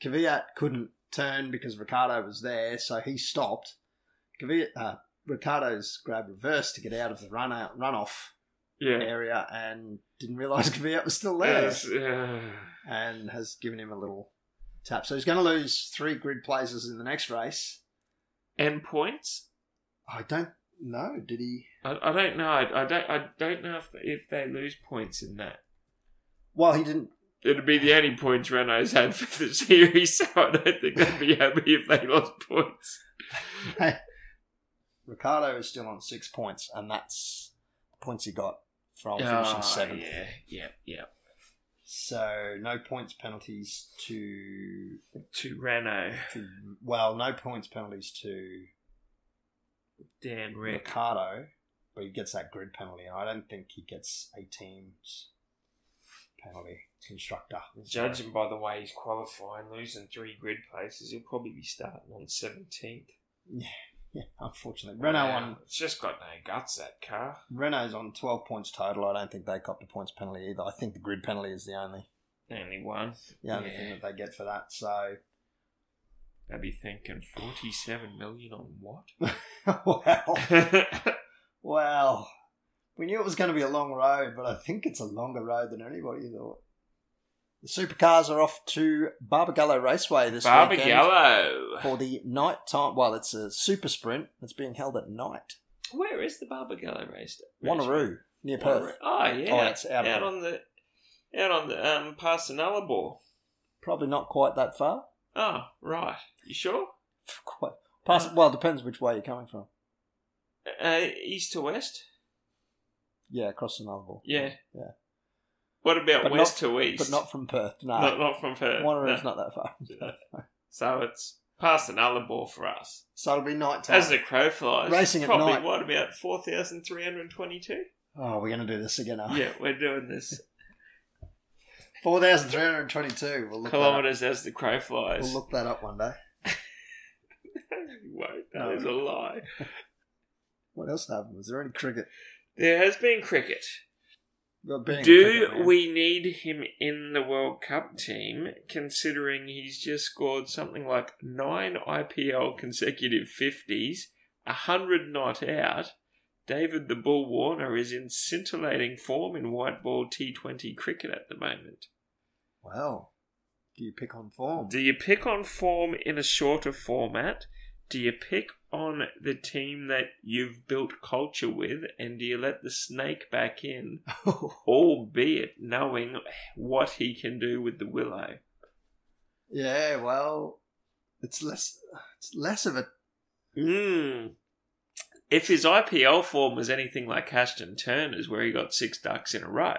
S2: Kvyat couldn't turn because Ricardo was there, so he stopped. Kvyat, uh, Ricardo's grabbed reverse to get out of the run out, runoff
S3: yeah.
S2: area and didn't realise Kvyat was still there.
S3: Yes, yeah.
S2: and has given him a little tap. So he's going to lose three grid places in the next race.
S3: and points.
S2: I don't know. Did he?
S3: I, I don't know. I, I don't. I don't know if if they lose points in that.
S2: Well, he didn't.
S3: It'd be the only points Renault's had for the series, so I don't think I'd be happy if they lost points.
S2: Ricardo is still on six points, and that's the points he got from finishing seventh.
S3: Ah, yeah, yeah, yeah.
S2: So no points penalties to,
S3: To Renault,
S2: to well, no points penalties to
S3: Dan Rick.
S2: Ricardo, but he gets that grid penalty, and I don't think he gets a team's penalty constructor.
S3: Judging by the way he's qualifying, losing three grid places, he'll probably be starting on seventeenth.
S2: Yeah, unfortunately, Renault on
S3: it's just got no guts that car.
S2: Renault's on 12 points total. I don't think they copped a points penalty either. I think the grid penalty is the only
S3: Only one.
S2: the only
S3: Yeah.
S2: thing that they get for that. So,
S3: They'd be thinking forty-seven million on what?
S2: well, well, we knew it was going to be a long road, but I think it's a longer road than anybody thought. The supercars are off to Barbagallo Raceway this
S3: Barber
S2: weekend
S3: Gallo.
S2: for the night time. Well, it's a super sprint that's being held at night.
S3: Where is the Barber Gallo race?
S2: Wanneroo near Perth,
S3: Oh yeah,
S2: Oh, it's out
S3: out,
S2: of Perth.
S3: on the out on the um past the Nullarbor.
S2: probably not quite that far.
S3: Oh right, you sure?
S2: Quite past. Well, depends which way you're coming from.
S3: Uh, east to west.
S2: Yeah, across the Nullarbor.
S3: Yeah.
S2: Yeah.
S3: What about
S2: But
S3: west
S2: not-
S3: to east?
S2: but not from Perth. No,
S3: not, not from Perth.
S2: Wanneroo's
S3: no.
S2: not that far. from Perth.
S3: So it's past the Nullarbor for us.
S2: So it'll be night time.
S3: As the crow flies,
S2: Racing at
S3: probably
S2: night.
S3: what about four thousand three hundred twenty-two?
S2: oh, we're going to do this again. Are
S3: Yeah, we're doing this
S2: Four thousand three hundred twenty-two. We'll look that up.
S3: kilometers as the crow flies.
S2: We'll look that up one day.
S3: You won't. That
S2: No.
S3: is a lie.
S2: What else happened? Was there any cricket?
S3: There has been cricket.
S2: Well, being a
S3: Do
S2: cricket man.
S3: we need him in the World Cup team, considering he's just scored something like nine IPL consecutive 50s, 100 not out? David the Bull Warner is in scintillating form in white ball T20 cricket at the moment.
S2: Well, do you pick on form?
S3: Do you pick on form in a shorter format? Do you pick on the team that you've built culture with, and do you let the snake back in? albeit knowing what he can do with the willow.
S2: yeah. Well, it's less. It's less of a.
S3: Mm. If his IPL form was anything like Ashton Turner's, where he got six ducks in a row,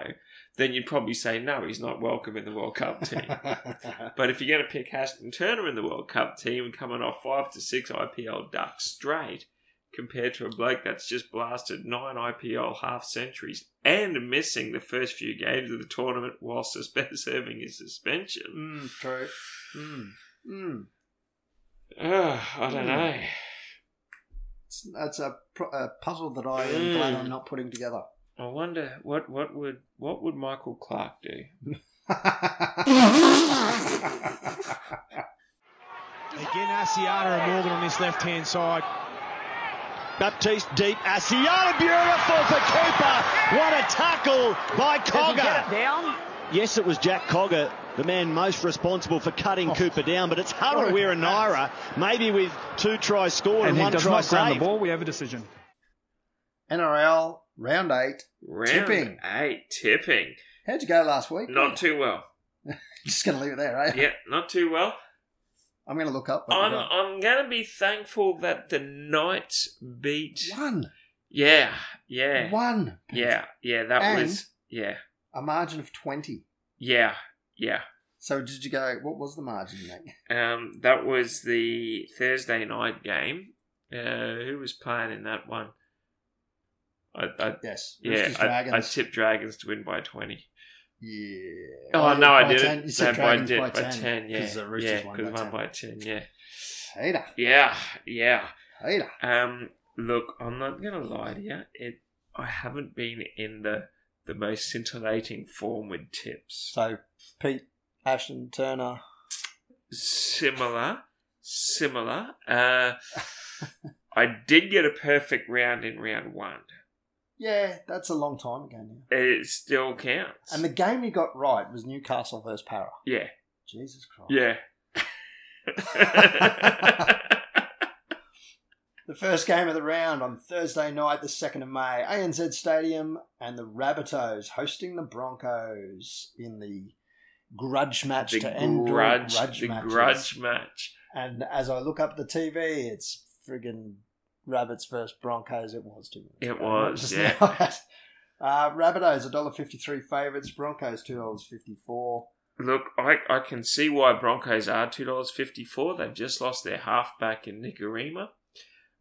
S3: then you'd probably say no, he's not welcome in the World Cup team. but if you're going to pick Ashton Turner in the World Cup team, coming off five to six IPL ducks straight, compared to a bloke that's just blasted nine IPL half centuries and missing the first few games of the tournament while suspe- serving his suspension,
S2: mm, true. Mm, mm.
S3: Ugh, Ah, I don't
S2: Hmm.
S3: know.
S2: It's, that's a, pro- a puzzle that I am glad
S3: Mm.
S2: I'm not putting together.
S3: I wonder what what would what would Michael Clark do?
S1: Again, Asiata and Morgan on this left hand side. Baptiste deep. Asiata beautiful for Cooper. What a tackle by Cogger. Yes, it was Jack Cogger, the man most responsible for
S4: Oh.
S1: cutting Cooper down, but it's Hara Weir and Naira, maybe with two tries scored and,
S4: and he
S1: one
S4: does
S1: try
S4: not ground the
S1: saved.
S4: ball. We have a decision.
S2: NRL round eight.
S3: Round
S2: Tipping.
S3: eight tipping.
S2: How'd you go last week?
S3: Not too well.
S2: Just gonna leave it there, eh?
S3: Yeah, not too well.
S2: I'm gonna look up. what we
S3: I'm
S2: got.
S3: I'm gonna be thankful that the Knights beat.
S2: One,
S3: Yeah, yeah,
S2: one,
S3: yeah, yeah. That
S2: And-
S3: was yeah,
S2: a margin of twenty.
S3: yeah, yeah.
S2: So did you go? What was the margin, mate?
S3: Um, that was the Thursday night game. Uh, who was playing in that one? I, I
S2: Yes,
S3: yeah,
S2: Roosters,
S3: I,
S2: Dragons.
S3: I tipped Dragons to win by twenty.
S2: yeah.
S3: Oh,
S2: Well,
S3: no, I
S2: by
S3: didn't.
S2: 10. You said
S3: No,
S2: Dragons
S3: di-
S2: by, ten.
S3: yeah,
S2: Because the Roosters
S3: yeah,
S2: won
S3: 'cause
S2: by 10.
S3: one by ten. Yeah,
S2: Hater,
S3: yeah, yeah.
S2: hater.
S3: Um, look, I'm not gonna lie to you. It, I haven't been in the the most scintillating form with tips.
S2: So Pete, Ashton, Turner.
S3: Similar, similar. Uh, I did get a perfect round in round one.
S2: Yeah, that's a long time ago now.
S3: It still counts.
S2: And the game he got right was Newcastle versus Para.
S3: yeah,
S2: Jesus Christ.
S3: yeah.
S2: The first game of the round on Thursday night, the 2nd of May, ANZ Stadium, and the Rabbitohs hosting the Broncos in the grudge match
S3: the
S2: to end all
S3: grudge,
S2: grudge
S3: the
S2: matches.
S3: grudge match.
S2: And as I look up the TV, it's friggin' Rabbits versus Broncos. It was two minutes.
S3: It
S2: ago,
S3: was,
S2: just
S3: yeah.
S2: now. Uh, Rabbitohs $1.53 favourites, Broncos $2.54.
S3: Look, I, I can see why Broncos are two dollars fifty four. They've just lost their halfback in Nicarima.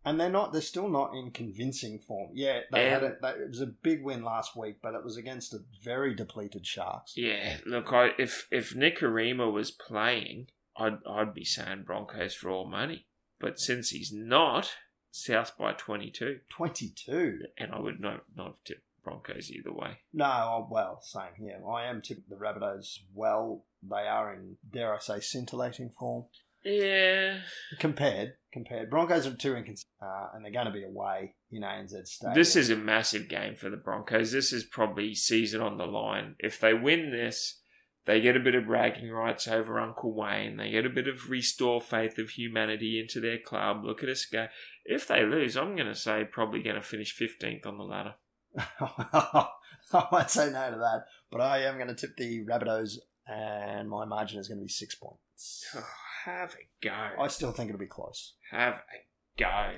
S2: And they're not. They're still not in convincing form. Yeah, they had
S3: And-
S2: it. They, it was a big win last week, but it was against a very depleted Sharks.
S3: Yeah, look, I, if if Nicarima was playing, I'd I'd be saying Broncos for all money. But since he's not, South by twenty two,
S2: Twenty-two.
S3: and I would not not have tipped Broncos either way.
S2: No, oh, well, same here. I am tipping the Rabbitohs. Well, they are in dare I say scintillating form
S3: Yeah,
S2: compared. Compared, Broncos are too inconsistent, uh, and they're going to be away in ANZ Stadium.
S3: this is a massive game for the Broncos. This is probably season on the line. If they win this, they get a bit of bragging rights over Uncle Wayne. They get a bit of restore faith of humanity into their club. Look at us go. If they lose, I'm going to say probably going to finish 15th on the ladder.
S2: I won't say no to that, but I am going to tip the Rabbitohs, and my margin is going to be six points.
S3: Oh, have a go.
S2: I still think it'll be close.
S3: Have a go.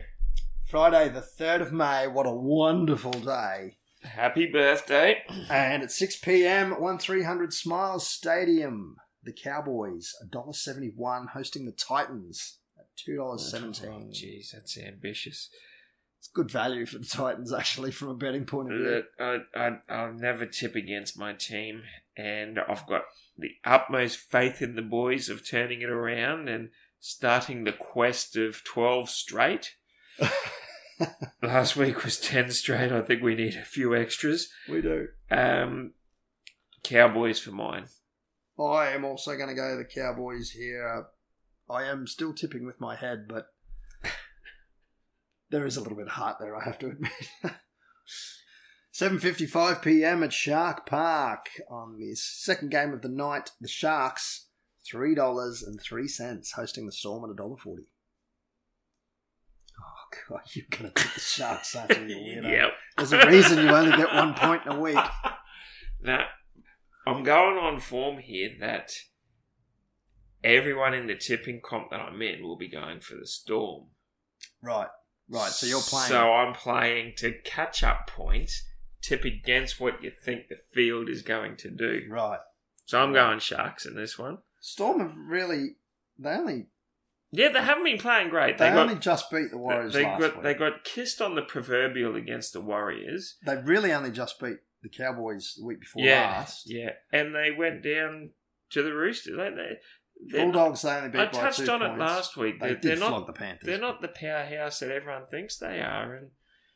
S2: Friday, the 3rd of May. What a wonderful day.
S3: Happy birthday.
S2: And at 6 p.m. at 1300 Smiles Stadium, the Cowboys, $1.71, hosting the Titans at
S3: Oh,
S2: $2.17.
S3: Jeez, that's ambitious.
S2: it's good value for the Titans, actually, from a betting point of view.
S3: Look, I, I, I'll never tip against my team, and I've got the utmost faith in the boys of turning it around and starting the quest of 12 straight. Last week was 10 straight. I think we need a few extras.
S2: We do.
S3: Um, Cowboys for mine.
S2: I am also going to go the Cowboys here. I am still tipping with my head, but there is a little bit of heart there, I have to admit. 7:55 p.m. at Shark Park on this second game of the night. The Sharks, three dollars and three cents, hosting the Storm at a dollar forty. Oh god, you're gonna pick the Sharks, aren't you? you weirdo?
S3: Yep.
S2: There's a reason you only get one point in a week.
S3: Now, I'm going on form here that everyone in the tipping comp that I'm in will be going for the Storm.
S2: Right, right. So you're playing.
S3: So I'm playing to catch up points, tip against what you think the field is going to do.
S2: right.
S3: So I'm going Sharks in this one.
S2: Storm have really they only
S3: Yeah, they haven't been playing
S2: they,
S3: great. They, got
S2: only just beat the Warriors
S3: they
S2: last
S3: got
S2: week.
S3: they got kissed on the proverbial against the Warriors.
S2: They really only just beat the Cowboys the week before
S3: yeah,
S2: last.
S3: yeah, and they went down to the Roosters. They, they, they're-
S2: Bulldogs they only beat
S3: I
S2: by
S3: touched
S2: two
S3: on
S2: points.
S3: it last week.
S2: They
S3: They're,
S2: did
S3: they're
S2: flog
S3: not
S2: the Panthers.
S3: they're not the powerhouse that everyone thinks they are, and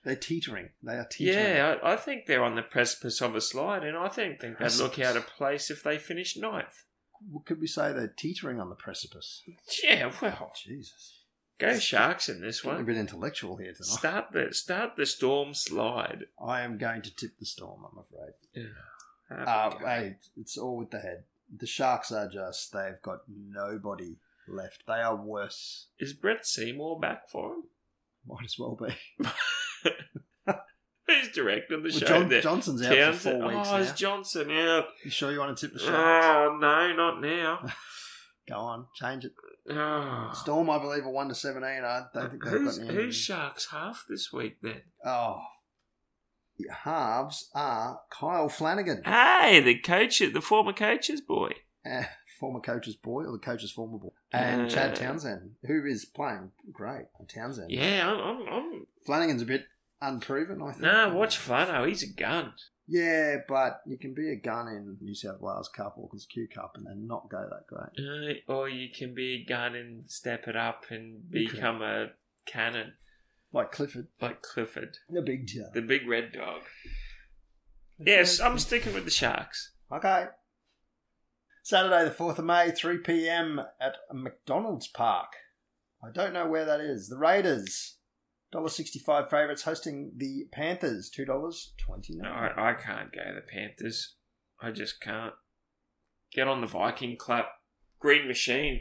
S2: They're teetering. They are teetering.
S3: Yeah, I, I think they're on the precipice of a slide, and I don't think they'd look
S2: Precipice.
S3: out of place if they finish ninth.
S2: What Could we say they're teetering on the precipice? Oh,
S3: Yeah, well,
S2: Jesus.
S3: go Sharks in this
S2: Getting a
S3: one.
S2: bit intellectual here tonight.
S3: Start the start the storm slide.
S2: I am going to tip the storm, I'm afraid.
S3: Uh,
S2: Uh, hey, it's all with the head. The Sharks are just, they've got nobody left. They are worse.
S3: Is Brett Seymour back for him?
S2: Might as well be.
S3: Who's directing the
S2: Well,
S3: show
S2: John,
S3: there?
S2: Johnson's out for
S3: Townsend-
S2: four weeks
S3: oh,
S2: now.
S3: is Johnson out?
S2: You sure you want to tip the Sharks?
S3: Oh no, not now.
S2: Go on, change it.
S3: Oh.
S2: Storm, I believe, are one to seventeen. I don't think they've
S3: Who's,
S2: got any.
S3: who's Sharks half this week then?
S2: oh, the halves are Kyle Flanagan,
S3: Hey, the coach, the former coach's boy.
S2: eh, former coach's boy or the coach's former boy, and Chad
S3: Uh.
S2: Townsend, who is playing great. on Townsend,
S3: Yeah, I'm, I'm, I'm
S2: Flanagan's a bit unproven. I think.
S3: No, watch Fano. He's a gun.
S2: Yeah, but you can be a gun in New South Wales Cup, Auckland's Q Cup, and then not go that great.
S3: Uh, or you can be a gun and step it up and
S2: You could.
S3: become a cannon
S2: Like Clifford,
S3: like Clifford,
S2: the big deal.
S3: the big red dog. Yes, I'm sticking with the Sharks.
S2: Okay. Saturday, the 4th of May, 3 p.m. at McDonald's Park. I don't know where that is. The Raiders, $1.65 favourites, hosting the Panthers, $2.29.
S3: No, I, I can't go the Panthers. I just can't. Get on the Viking clap. Green Machine.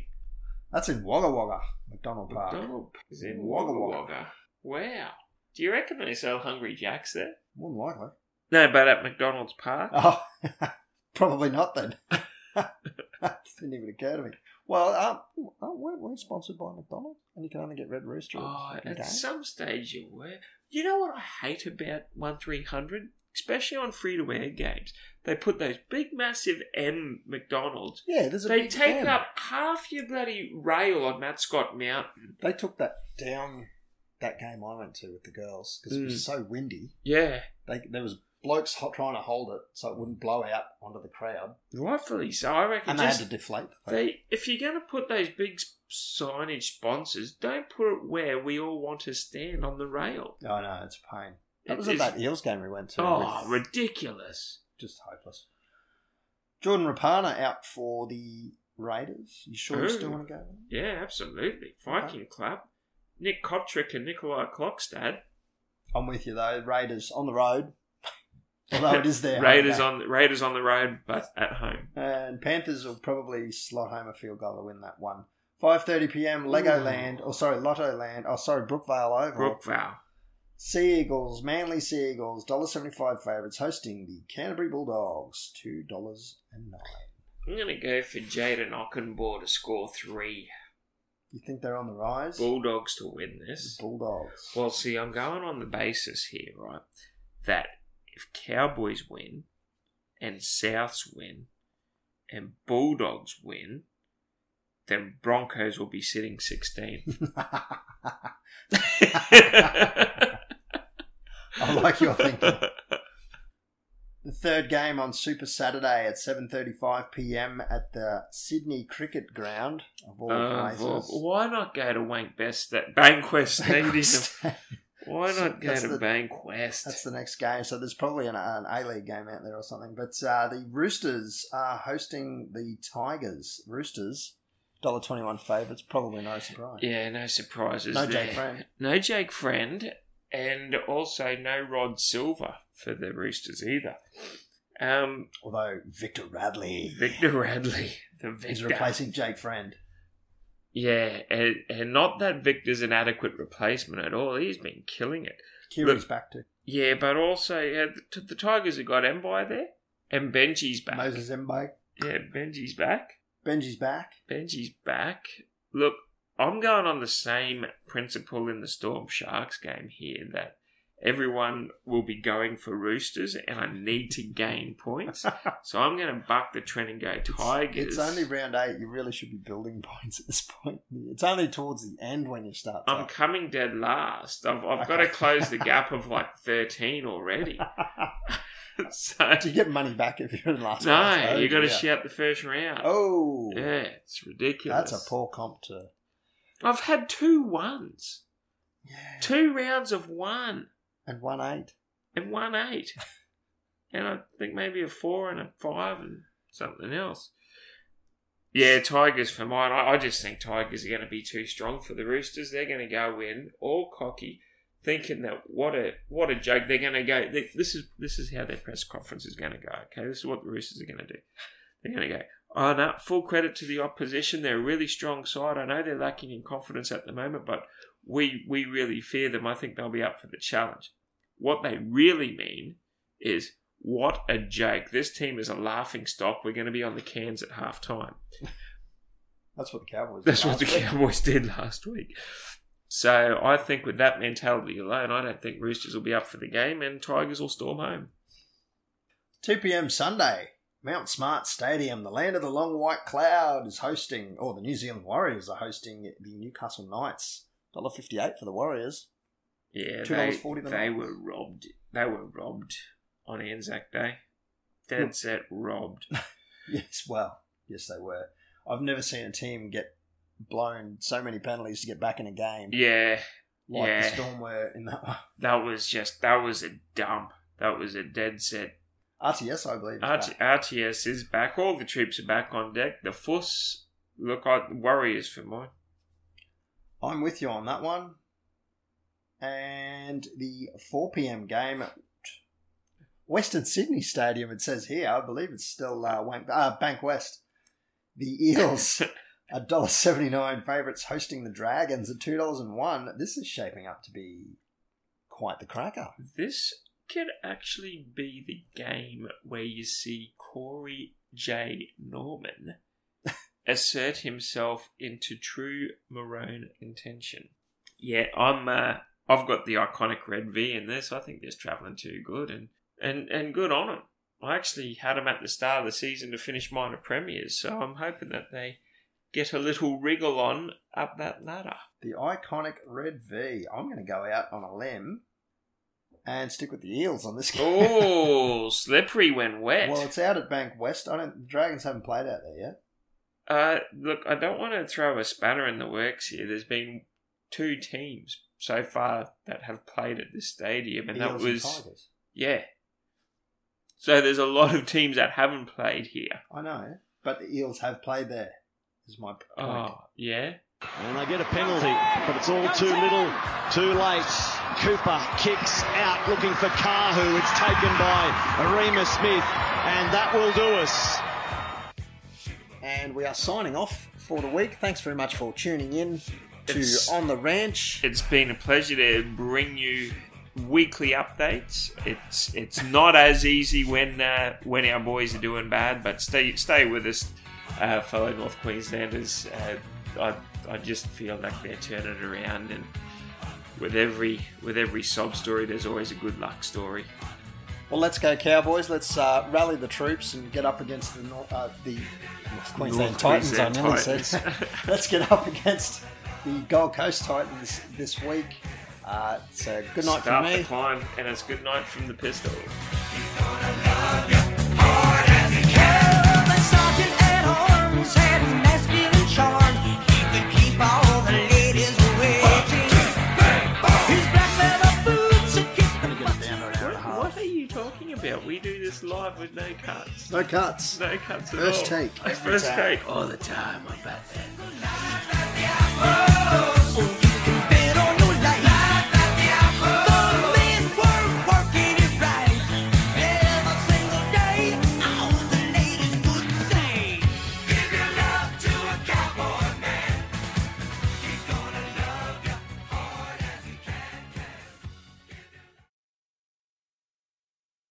S2: That's in Wagga Wagga, McDonald Park.
S3: McDonald is in
S2: Wagga
S3: Wagga
S2: Wagga.
S3: Wagga. Wow. Do you reckon they sell Hungry Jacks there?
S2: More than likely.
S3: No, but at McDonald's Park.
S2: Oh, probably not then. Didn't even occur to me. Well, um, weren't we sponsored by McDonald's? And you can only get Red Rooster. at
S3: Oh,
S2: fucking
S3: at
S2: game.
S3: some stage you were. You know what I hate about 1300? Especially on free to
S2: Hmm.
S3: air games. They put those big, massive M McDonald's.
S2: yeah, there's a
S3: They
S2: big
S3: take
S2: fan.
S3: up half your bloody rail on Matt Scott Mountain.
S2: They took that down that game I went to with the girls because it
S3: Hmm.
S2: was so windy.
S3: Yeah.
S2: They, there was blokes hot trying to hold it so it wouldn't blow out onto the crowd,
S3: Rightfully so. I reckon
S2: and
S3: just.
S2: they had to deflate. The thing.
S3: They, if you're going to put those big s- signage sponsors, don't put it where we all want to stand on the rail.
S2: I know it's a pain. That
S3: It
S2: was at
S3: is-
S2: that Eels game we went to.
S3: Oh,
S2: with-
S3: ridiculous.
S2: just hopeless. Jordan Rapana out for the Raiders. You sure you still
S3: Ooh.
S2: want to go? with him?
S3: Yeah, absolutely. Viking Club. Nick Kotrick and Nikolai Klokstad.
S2: I'm with you though. Raiders on the road, although it is their
S3: Raiders
S2: home
S3: on Raiders on the road, but at home.
S2: game. and Panthers will probably slot home a field goal to win that one. 5:30 p.m. Legoland, or sorry, Lotto Land. Oh, sorry, Brookvale Oval.
S3: Brookvale.
S2: Sea Eagles, Manly Sea Eagles, $1.75 favourites, hosting the Canterbury Bulldogs, $2.09.
S3: I'm gonna go for Jaden Ockenbaugh to score three.
S2: You think they're on the rise?
S3: Bulldogs to win this.
S2: Bulldogs.
S3: Well, see, I'm going on the basis here, right? That if Cowboys win and Souths win and Bulldogs win, then Broncos will be sitting 16th.
S2: I like your thinking. The third game on Super Saturday at 7:35 p.m. at the Sydney Cricket Ground of all
S3: Uh,
S2: places.
S3: well, why not go to Wankbest? That Bankwest. Bankwest. Why not go
S2: That's
S3: to
S2: the-
S3: Bankwest?
S2: That's the next game. So there's probably an, an A League game out there or something. But uh, the Roosters are hosting the Tigers. Roosters, dollar twenty one favourites. Probably no surprise.
S3: Yeah, no surprises
S2: no
S3: there.
S2: Jake Friend.
S3: No Jake Friend, and also no Rod Silver for the Roosters either. Um,
S2: Although Victor Radley
S3: Victor Radley, the
S2: is
S3: Victor.
S2: replacing Jake Friend.
S3: yeah, and, and not that Victor's an adequate replacement at all. He's been killing it.
S2: Kiri's back too.
S3: Yeah, but also yeah, the, the Tigers have got Mbai there, and Benji's back.
S2: Moses Mbai.
S3: Yeah, Benji's back.
S2: Benji's back.
S3: Benji's back. Look, I'm going on the same principle in the Storm Sharks game here that everyone will be going for Roosters and I need to gain points. so I'm going to buck the trend and go Tigers.
S2: It's only round eight. You really should be building points at this point. It's only towards the end when you start.
S3: I'm coming dead last. I've, I've got to
S2: Okay.
S3: close the gap of like 13 already. so,
S2: to get money back if you're in last place,
S3: no,
S2: though,
S3: you got to
S2: yeah.
S3: shout the first round.
S2: Oh,
S3: Yeah, it's ridiculous.
S2: that's a poor comp to.
S3: I've had two ones,
S2: Yeah.
S3: two rounds of one.
S2: and one eight.
S3: and one eight. and I think maybe a four and a five and something else. Yeah, Tigers for mine. I, I just think Tigers are going to be too strong for the Roosters. They're going to go in all cocky, thinking that what a what a joke. They're going to go. th- This is this is how their press conference is going to go. Okay, this is what the Roosters are going to do. They're going to go. Oh no! Full credit to the opposition. They're a really strong side. I know they're lacking in confidence at the moment, but we we really fear them. I think they'll be up for the challenge. What they really mean is what a joke. This team is a laughing stock. We're going to be on the cans at half time.
S2: That's what the Cowboys.
S3: That's
S2: did
S3: what the
S2: last week.
S3: Cowboys did last week. So I think with that mentality alone, I don't think Roosters will be up for the game and Tigers will storm home.
S2: Two p.m. Sunday, Mount Smart Stadium, the land of the long white cloud, is hosting, or the New Zealand Warriors are hosting the Newcastle Knights. Dollar fifty eight for the Warriors.
S3: Yeah, they,
S2: $2.40
S3: they were robbed. They were robbed on Anzac Day. Dead set robbed.
S2: Yes, well, yes they were. I've never seen a team get blown so many penalties to get back in a game
S3: Yeah,
S2: like
S3: yeah.
S2: the Storm were in that one.
S3: that was just that was a dump. That was a dead set
S2: RTS, I believe. is
S3: RT,
S2: back.
S3: RTS is back. All the troops are back on deck. The force look like warriors for mine.
S2: I'm with you on that one. And the 4 p.m. game at Western Sydney Stadium, it says here, I believe it's still uh, Wank, uh, Bank West. The Eels, $1.79 favourites, hosting the Dragons at $2.01. This is shaping up to be quite the cracker.
S3: This could actually be the game where you see Corey J. Norman assert himself into true maroon intention. Yeah, I'm. Uh, I've got the iconic red V in this. I think they're travelling too good, and and and good on it. I actually had them at the start of the season to finish minor premiers, so I'm hoping that they get a little wriggle on up that ladder.
S2: The iconic Red V. I'm going to go out on a limb and stick with the Eels on this game.
S3: Oh, slippery when wet.
S2: well, it's out at Bank West. I don't. The Dragons haven't played out there yet.
S3: Uh, look, I don't want to throw a spanner in the works here. There's been two teams so far that have played at this stadium, and that
S2: Eels and
S3: was
S2: Tigers.
S3: yeah. So there's a lot of teams that haven't played here.
S2: I know, but the Eels have played there. Is my point.
S3: Oh yeah,
S1: And they get a penalty, but it's all too little, too late. Cooper kicks out looking for Kahu. It's taken by Arima Smith, and that will do us.
S2: And we are signing off for the week. Thanks very much for tuning in to
S3: It's-
S2: On the Ranch.
S3: it's been a pleasure to bring you weekly updates. It's it's not as easy when uh, when our boys are doing bad, but stay stay with us, uh, fellow North Queenslanders. Uh, I I just feel like they're turning it around, and with every with every sob story, there's always a good luck story.
S2: Well, let's go Cowboys. Let's uh, rally the troops and get up against the North, uh, the North Queensland
S3: North
S2: Titans.
S3: Queensland
S2: I nearly
S3: Titans.
S2: said. let's get up against the Gold Coast Titans this week. Uh, so good night
S3: Start
S2: for
S3: the
S2: me.
S3: climb, and it's good night from the pistol.
S2: Gonna get it down to an hour and a
S3: What, what
S2: half.
S3: are you talking about? We do this live with no cuts.
S2: No cuts.
S3: No cuts at
S2: First
S3: all.
S2: take.
S3: First
S2: Every
S3: take. All the time on Batman.